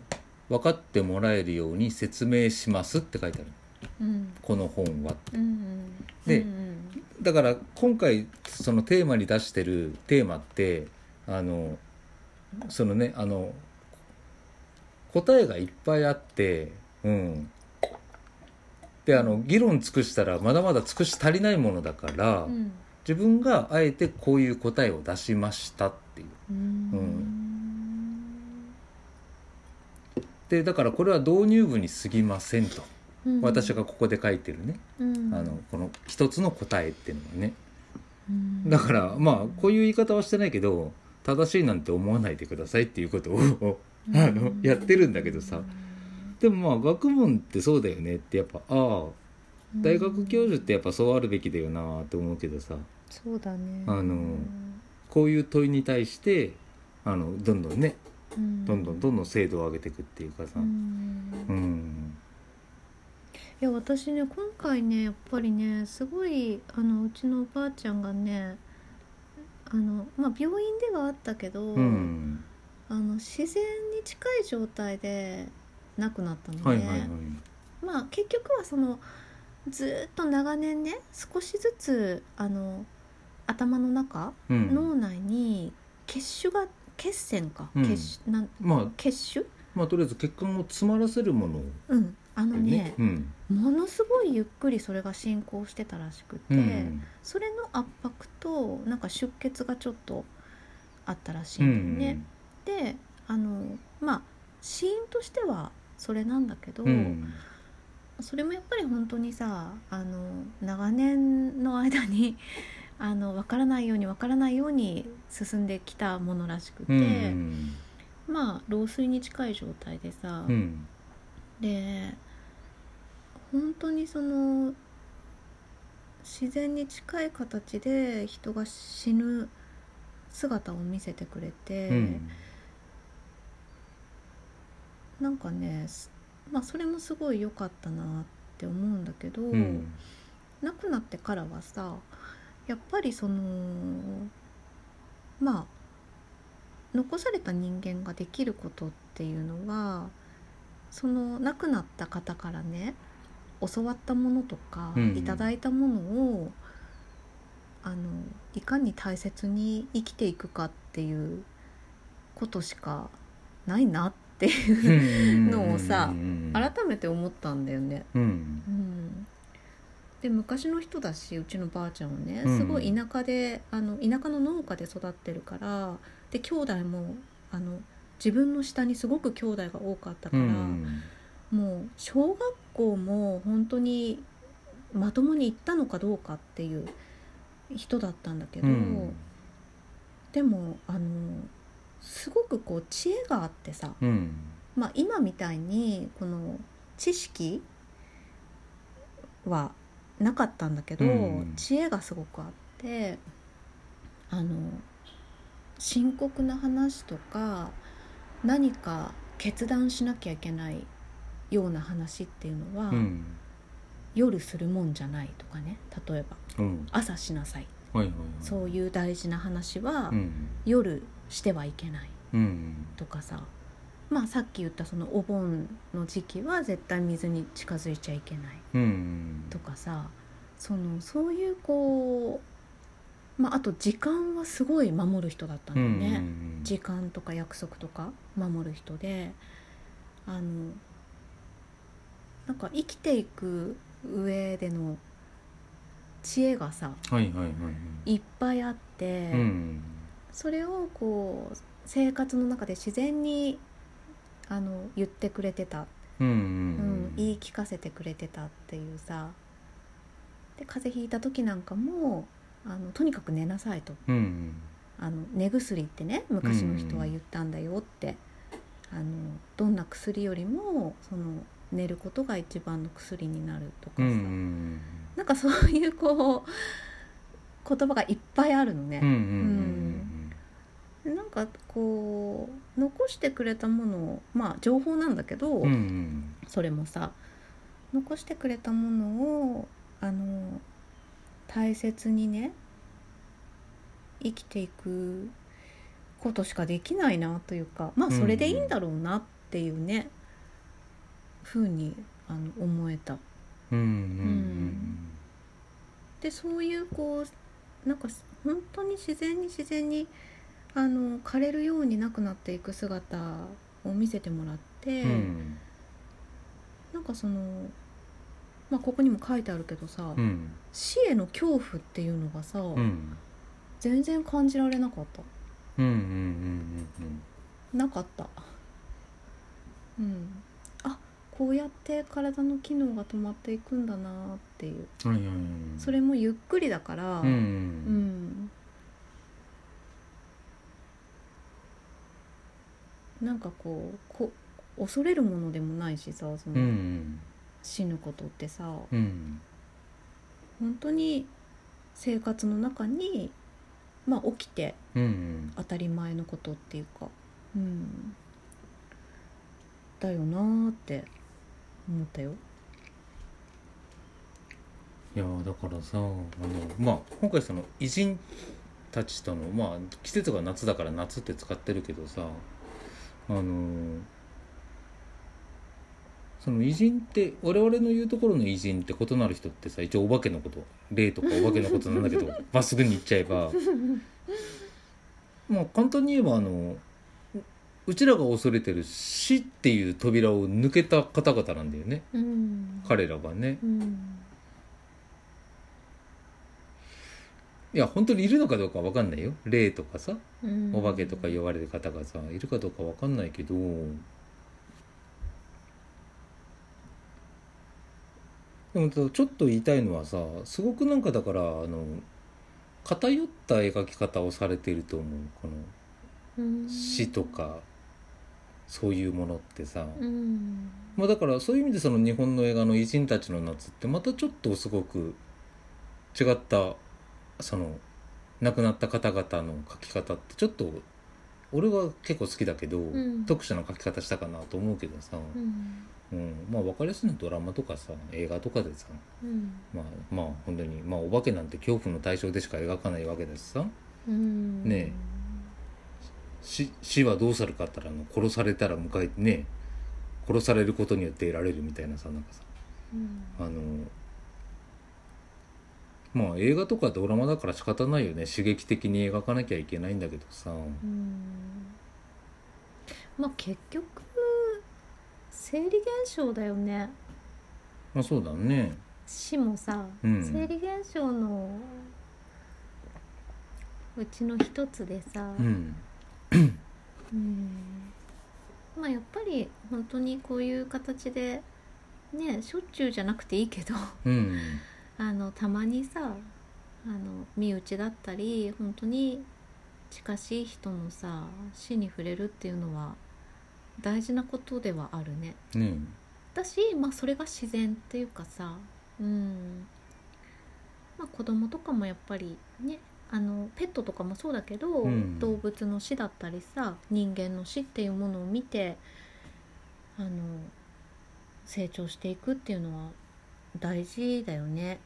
分かってもらえるように説明しますって書いてある
うん
この本は
うんうん
で
うん
だから今回そのテーマに出してるテーマってあのそのねあの答えがいっぱいあってうんであの議論尽くしたらまだまだ尽くし足りないものだから、
うん
自分があえてこういう答えを出しましたっていう
うん
う
うん
でだからこれは導入部に過ぎませんと、
うん
私がここで書いてるね、
うん
あのこの一つの答えっていうのはね
うん
だからまあこういう言い方はしてないけど正しいなんて思わないでくださいっていうことを あのやってるんだけどさでもまあ学問ってそうだよねってやっぱああ
うん
大学教授ってやっぱそうあるべきだよなって思うけどさ
そうだね
あのこういう問いに対してあのどんどんねどんどんどんどん精度を上げていくっていうかさ、
うん
うん
いや私ね今回ねやっぱりねすごいあのうちのおばあちゃんがねあの、まあ、病院ではあったけど、
うん
あの自然に近い状態で亡くなったので、
はいはいはい、
まあ結局はそのずーっと長年ね少しずつあの頭の中、
うん、
脳内に血腫が血栓か、
うん
血腫なん
まあ
血腫、
まあとりあえず血管を詰まらせるものを
うん、あのね
うん
ものすごいゆっくりそれが進行してたらしくて、
うん
それの圧迫となんか出血がちょっとあったらしい
うんん
だよね。であのまあ死因としてはそれなんだけど、
うん
それもやっぱり本当にさあの長年の間に あの分からないように分からないように進んできたものらしくて、
うん
まあ老衰に近い状態でさ、
うん
で本当にその自然に近い形で人が死ぬ姿を見せてくれて、
うん
なんかね、すまあ、それもすごい良かったなって思うんだけど、
うん
亡くなってからはさやっぱりそのまあ残された人間ができることっていうのがその亡くなった方からね教わったものとか、
うん
いただいたものをあのいかに大切に生きていくかっていうことしかないなっていう のをさ
うん
改めて思ったんだよね。
うん
うん、で昔の人だしうちのばあちゃんはね
うん
すごい田舎で、あの田舎の農家で育ってるからで兄弟もあの自分の下にすごく兄弟が多かったか
う
ら、
ん
もう小学校も本当にまともに行ったのかどうかっていう人だったんだけど、
うん
でもあのすごくこう知恵があってさ、
うん
まあ、今みたいにこの知識はなかったんだけど、
うん
知恵がすごくあってあの深刻な話とか何か決断しなきゃいけないような話っていうのは、
うん
夜するもんじゃないとかね例えば
うん
朝しなさい
はいはいはい
そういう大事な話は、
うん
夜してはいけない
うん
とかさまあさっき言ったそのお盆の時期は絶対水に近づいちゃいけない
うん
とかさそのそういうこう、まあ、あと時間はすごい守る人だったんだよね、
うん
時間とか約束とか守る人であのなんか生きていく上での知恵がさ
はいはいはいはい
いっぱいあって。
うん
それをこう生活の中で自然にあの言ってくれてた、
うん
うん言い聞かせてくれてたっていうさで風邪ひいた時なんかもあのとにかく寝なさいと
うん
あの寝薬ってね昔の人は言ったんだよって、あのどんな薬よりもその寝ることが一番の薬になるとか
う
さ、
ん
なんかそういうこう言葉がいっぱいあるのね。
うんうん
なんかこう残してくれたものをまあ情報なんだけど、
うんうん
それもさ残してくれたものをあの大切にね生きていくことしかできないなというかまあそれでいいんだろうなっていうね、ふうにあの思えた。
うんうん
でそういうこうなんか本当に自然に自然にあの枯れるようになくなっていく姿を見せてもらって、
うん
なんかその、まあ、ここにも書いてあるけどさ、
うん
死への恐怖っていうのがさ、
うん
全然感じられなかった
うんうんうんうん
なかったうんあこうやって体の機能が止まっていくんだなっていう
はいはいはい
それもゆっくりだから、
うん
うんなんかこうこ恐れるものでもないしさその、
うんうん
死ぬことってさ
うん
本当に生活の中に、まあ、起きて
うん
当たり前のことっていうか、うん、だよなーって思ったよ。
いやーだからさあのまあ今回その偉人たちとのまあ季節が夏だから夏って使ってるけどさあのーその偉人って我々の言うところの偉人って異なる人ってさ一応お化けのこと霊とかお化けのことなんだけどまっすぐに言っちゃえばまあ簡単に言えばあのううちらが恐れてる死っていう扉を抜けた方々なんだよね
うん
彼らがね。
うん
いや本当にいるのかどうかわかんないよ霊とかさ
うん
お化けとか呼ばれる方がさいるかどうかわかんないけどでもただちょっと言いたいのはさすごくなんかだからあの偏った描き方をされていると思うこの
うん
死とかそういうものってさ、
うん
まあ、だからそういう意味でその日本の映画の「偉人たちの夏」ってまたちょっとすごく違ったその亡くなった方々の書き方ってちょっと俺は結構好きだけど、
ん
特殊な書き方したかなと思うけどさ、
うん
うん、まあ分かりやすいのはドラマとかさ映画とかでさ
うん
まあまあ本当にまあお化けなんて恐怖の対象でしか描かないわけだしさ
うん
ね死死はどうするかって言ったらあの殺されたら迎えてね殺されることによって得られるみたいなさなんかさ
うん
あのまあ映画とかドラマだから仕方ないよね刺激的に描かなきゃいけないんだけどさ
うんまあ結局生理現象だよね
まあそうだね
死もさ、
うん
生理現象のうちの一つでさ、
うん
うんまあやっぱり本当にこういう形でねしょっちゅうじゃなくていいけど
うん
あのたまにさあの身内だったり本当に近しい人のさ死に触れるっていうのは大事なことではあるね。
ね
だし、まあ、それが自然っていうかさ、うんまあ、子供とかもやっぱりねあのペットとかもそうだけど、
うん
動物の死だったりさ人間の死っていうものを見てあの成長していくっていうのは大事だよね、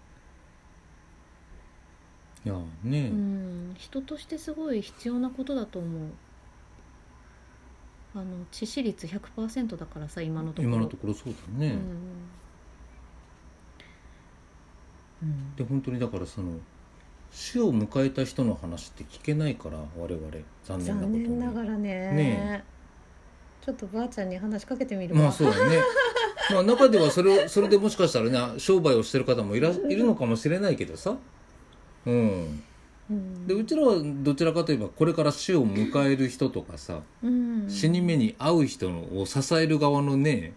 いやね、
うん、人としてすごい必要なことだと思う。あの致死率100%だからさ今のところ
今のところそうだね、
うんうん
で本当にだからその死を迎えた人の話って聞けないから我々残念なこと
残
に
念ながらね
ね
ちょっとばあちゃんに話しかけてみるわ、
まあそうだねまあ中ではそれをそれでもしかしたらね商売をしてる方もいらいるのかもしれないけどさうん
うん
でうちらはどちらかといえばこれから死を迎える人とかさ
うん
死に目に遭う人のを支える側のね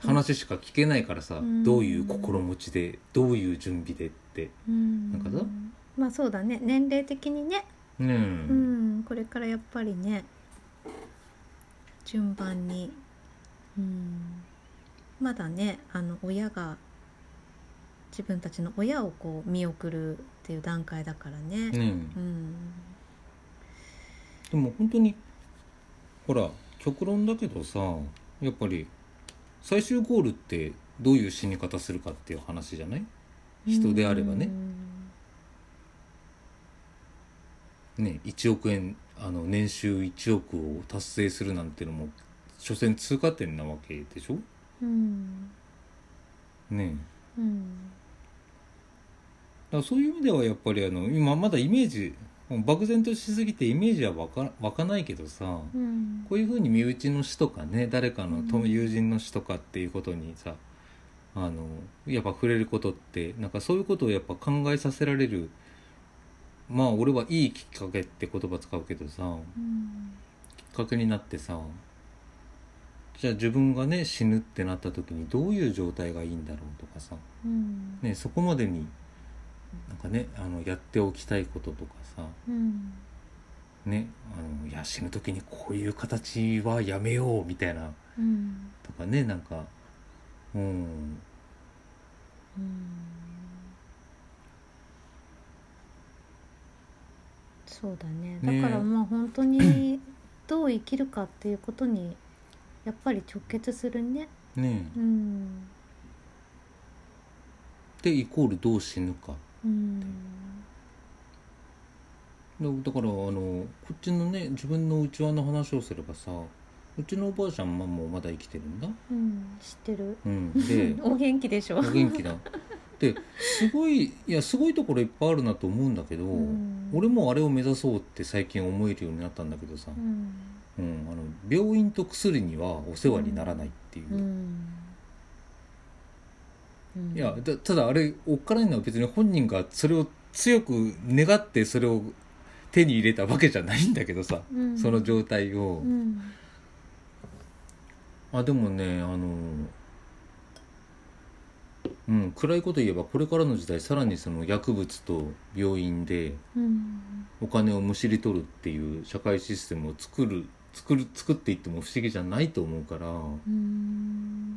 話しか聞けないからさ、
うん
どういう心持ちでどういう準備でって
うん
なんかさ
まあそうだね年齢的にね
ねえ、
うん、これからやっぱりね順番にうんまだねあの親が自分たちの親をこう見送るっていう段階だから
ね
ね
え
うん
でも本当にほら極論だけどさやっぱり最終ゴールってどういう死に方するかっていう話じゃない人であればねね1億円あの年収1億を達成するなんてのも所詮通過点なわけでしょ
うん
ね
うん
だからそういう意味ではやっぱりあの今まだイメージ漠然としすぎてイメージは湧か湧かないけどさ
うん
こういうふうに身内の死とかね誰かの
う
友
ん
友人の死とかっていうことにさあのやっぱ触れることってなんかそういうことをやっぱ考えさせられるまあ俺はいいきっかけって言葉使うけどさ
うん
きっかけになってさじゃあ自分がね死ぬってなった時にどういう状態がいいんだろうとかさ、
うん
ね、そこまでになんかねあのやっておきたいこととかさ
うん
ねあのいや死ぬ時にこういう形はやめようみたいな
うん
とかねなんかうん
そうだね
ね
だからまあ本 当にどう生きるかっていうことにやっぱり直結するね
ね
うん
でイコールどう死ぬか
うん
だだからあのこっちのね自分の内輪の話をすればさうちのおばあちゃんまあもうまだ生きてるんだ
うん知ってる
うん で
お元気でしょ
お元気だですごいいやすごいところいっぱいあるなと思うんだけど、
うん
俺もあれを目指そうって最近思えるようになったんだけどさ、
うん
うんあの病院と薬にはお世話にならないっていうう、
んうん
いやだただあれおっかないのは別に本人がそれを強く願ってそれを手に入れたわけじゃないんだけどさ、
うん
その状態を、
うん
あでもねあのうん暗いこと言えばこれからの時代さらにその薬物と病院で
うん
お金をむしり取るっていう社会システムを作る作る作っていっても不思議じゃないと思うから
うーん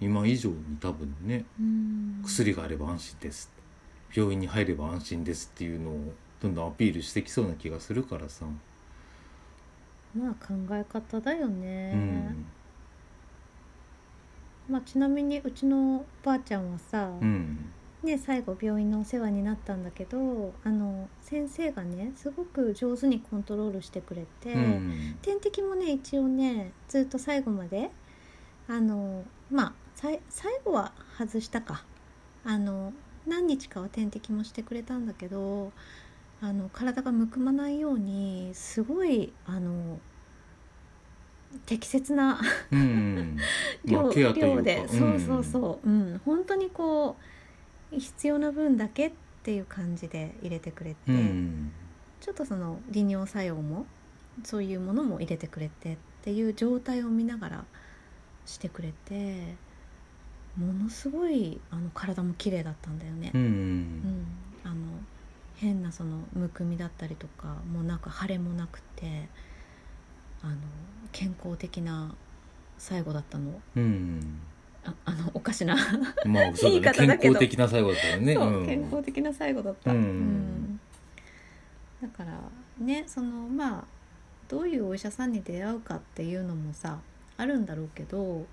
今以上に多分ね
うーん
薬があれば安心です病院に入れば安心ですっていうのをどんどんアピールしてきそうな気がするからさ、
まあ考え方だよね、
うん
まあ、ちなみにうちのばあちゃんはさ、
うん
ね、最後病院のお世話になったんだけどあの先生がねすごく上手にコントロールしてくれて、
うん
点滴もね一応ねずっと最後まであのまあさい最後は外したかあの何日かは点滴もしてくれたんだけどあの体がむくまないようにすごいあの適切な
うんまあ
量
ケアというか
量でそうそうそう、うん、本当にこう必要な分だけっていう感じで入れてくれて、
うんうん
ちょっとその利尿作用もそういうものも入れてくれてっていう状態を見ながらしてくれてものすごいあの体も綺麗だったんだよね。
うん
うん、あの変なそのむくみだったりとかもなく腫れもなくてあの健康的な最後だったの
うん
ああのおかしな、
まあそうだね
言い方だけ
健
ど
康的な最後だったよね
そう
うん
健康的な最後だった、
うん
だからねそのまあどういうお医者さんに出会うかっていうのもさあるんだろうけど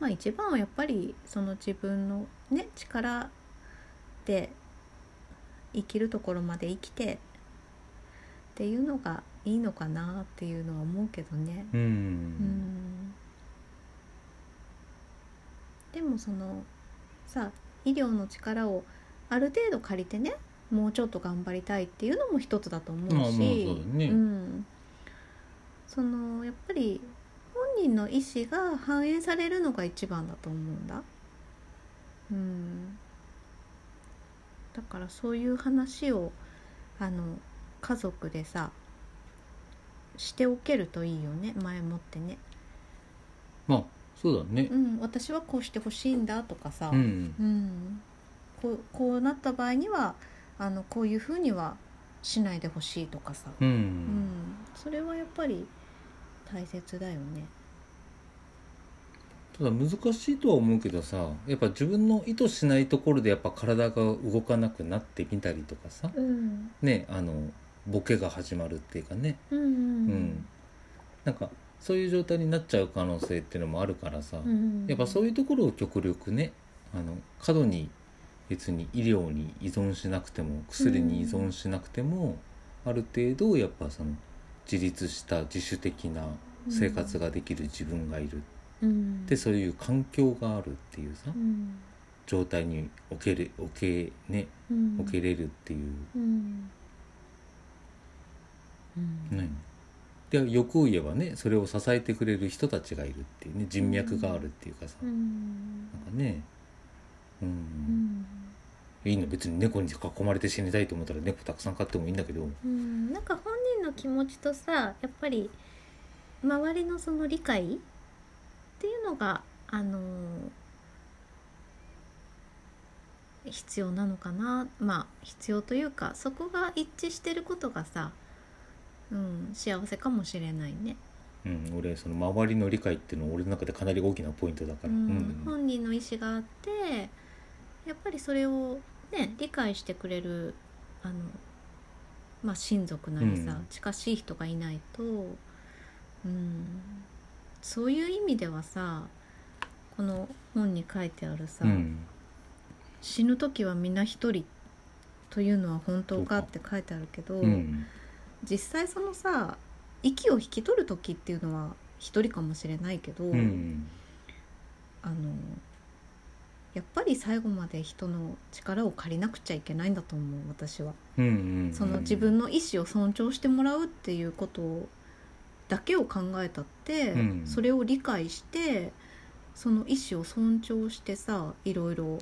まあ一番はやっぱりその自分のね力で生きるところまで生きてっていうのがいいのかなっていうのは思うけどね。
うん
うんでもそのさ医療の力をある程度借りてねもうちょっと頑張りたいっていうのも一つだと思うし、
まあまあそうだね
ん、そのやっぱり本人の意思が反映されるのが一番だと思うんだ。うん、だからそういう話をあの家族でさしておけるといいよね前もってね、
まあそうだね
うん、私はこうしてほしいんだとかさ、
うん
うんこうこうなった場合にはあのこういうふうにはしないでほしいとかさ、
う
うん
ん
それはやっぱり大切だよね。
ただ難しいとは思うけどさやっぱ自分の意図しないところでやっぱ体が動かなくなってみたりとかさ
うん
ねあのボケが始まるっていうかね
うん
うんなんかそういう状態になっちゃう可能性っていうのもあるからさ、
うん
やっぱそういうところを極力ねあの過度に別に医療に依存しなくても薬に依存しなくても、ある程度やっぱその自立した自主的な生活ができる自分がいる、
うん
でそういう環境があるっていうさ
うん
状態に置けれ置け,、ね、
うん
置けれるっていう、
うんうん
ね、で欲を言えばねそれを支えてくれる人たちがいるっていうね人脈があるっていうかさ、
うん
なんかねうん
うん
いいの別に猫に囲まれて死にたいと思ったら猫たくさん飼ってもいいんだけど
うん、なんか本人の気持ちとさやっぱり周りのその理解っていうのがあのー必要なのかなまあ必要というかそこが一致してることがさ、うん、幸せかもしれないね、
うん俺その周りの理解っていうのは俺の中でかなり大きなポイントだか
う
ら
ん
うん
本人の意思があってやっぱりそれをね理解してくれるあの、まあ、親族なりさ、
うん
近しい人がいないと、うん、そういう意味ではさこの本に書いてあるさ、
うん
死ぬ時は皆一人というのは本当かって書いてあるけど、
うん
実際そのさ息を引き取る時っていうのは一人かもしれないけど、
うん
あのやっぱり最後まで人の力を借りなくちゃいけないんだと思う私は
うんうん
その自分の意思を尊重してもらうっていうことだけを考えたって、
うん
それを理解してその意思を尊重してさいろいろ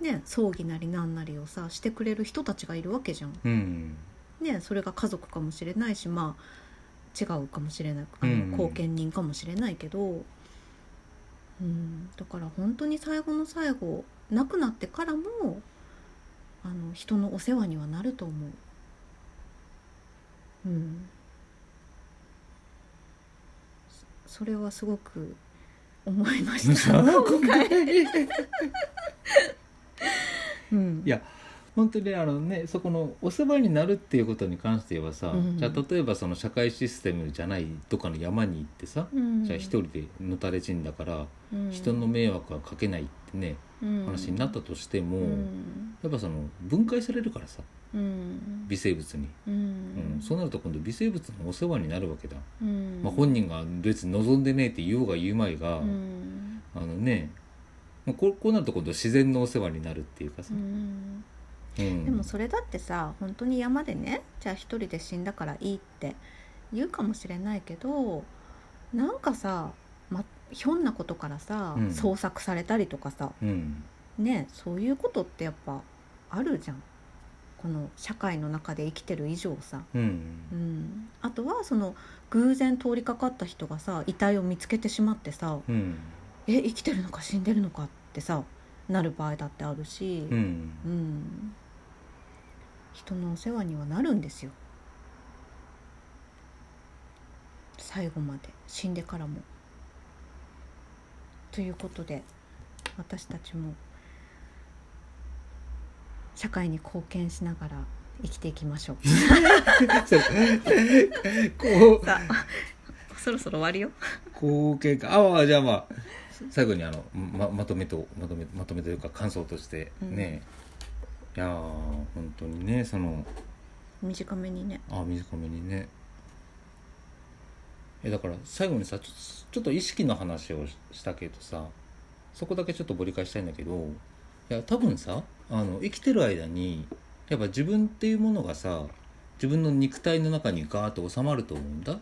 ね葬儀なりなんなりをさしてくれる人たちがいるわけじゃん。
うん
ね、それが家族かもしれないしまあ違うかもしれない
う
あ
ん
の後見人かもしれないけど、うんだから本当に最後の最後亡くなってからもあの人のお世話にはなると思う。うん、それはすごく思いました今回、うん、
いや本当にあのねそこのお世話になるっていうことに関してはさ、
うん
じゃあ例えばその社会システムじゃないどっかの山に行ってさ、
うん
じゃあ一人でのたれ死んだから、
うん
人の迷惑はかけないってね、
うん
話になったとしても、
うん
やっぱその分解されるからさ
うん
微生物に、う
う
ん
ん
そうなると今度微生物のお世話になるわけだ、
うん
まあ、本人が別に望んでねえって言おうが言うまいが、
うん
あのね、まあ、こうこうなると今度自然のお世話になるっていうかさ、
うん
うん
でもそれだってさ本当に山でねじゃあ一人で死んだからいいって言うかもしれないけどなんかさ、ま、ひょんなことからさ、
うん
捜索されたりとかさ
うん
ねそういうことってやっぱあるじゃんこの社会の中で生きてる以上さ。
うん
うん、あとはその偶然通りかかった人がさ遺体を見つけてしまってさ
うん
え生きてるのか死んでるのかってさなる場合だってあるし、
うん
うん、人のお世話にはなるんですよ最後まで死んでからも。ということで私たちも社会に貢献しながら生きていきましょう。
そうこう
さあ そろそろ終わるよ。
貢献かああじゃあまあ最後にあのままとめとまとめまとめというか感想としてね、いやー本当にねその
短めにね。
あ短めにねえだから最後にさちょちょっと意識の話をししたけどさそこだけちょっとぶり返したいんだけどいや多分さあの生きてる間にやっぱ自分っていうものがさ自分の肉体の中にガーッと収まると思うんだ。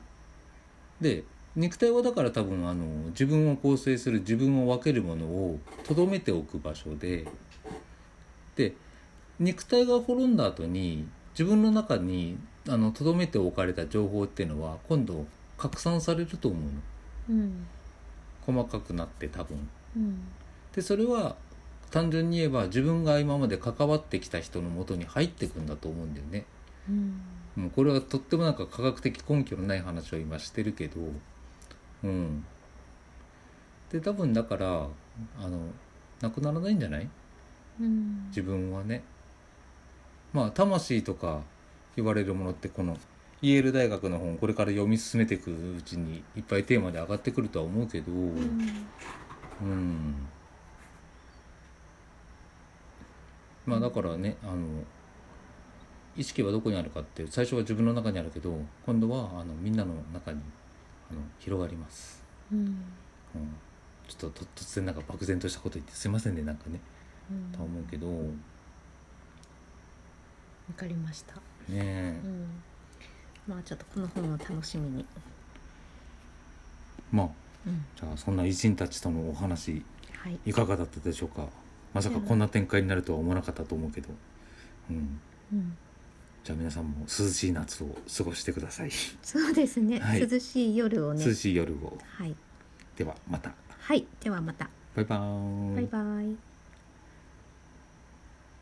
で肉体はだから多分あの自分を構成する自分を分けるものをとどめておく場所でで肉体が滅んだ後に自分の中にあの留めておかれた情報っていうのは今度拡散されると思う
うん
の細かくなって多分
うん
でそれは単純に言えば自分が今まで関わってきた人のもとに入ってくんだと思うんだよね
うん
もうこれはとってもなんか科学的根拠のない話を今してるけどうんで多分だからあのなくならないんじゃない
うん
自分はねまあ魂とか言われるものってこのイェール大学の本をこれから読み進めていくうちにいっぱいテーマで上がってくるとは思うけどうん、まあだからねあの意識はどこにあるかって最初は自分の中にあるけど今度はあのみんなの中にあの広がります、
うん
うん、ちょっとと突然なんか漠然としたこと言ってすいませんねなんかね
うん
とは思うけどね
わかりました。
え
うん。まあちょっとこの本を楽しみに。
まあ
うん。
じゃあそんな偉人たちとのお話
はい。
いかがだったでしょうかまさかこんな展開になるとは思わなかったと思うけど、うん、
うん。
じゃあ皆さんも涼しい夏を過ごしてください、
そうですね。
はい
涼しい夜をね
涼。しい夜を
はい。
ではまた
はい。ではまた。
バイバー
バイバイ。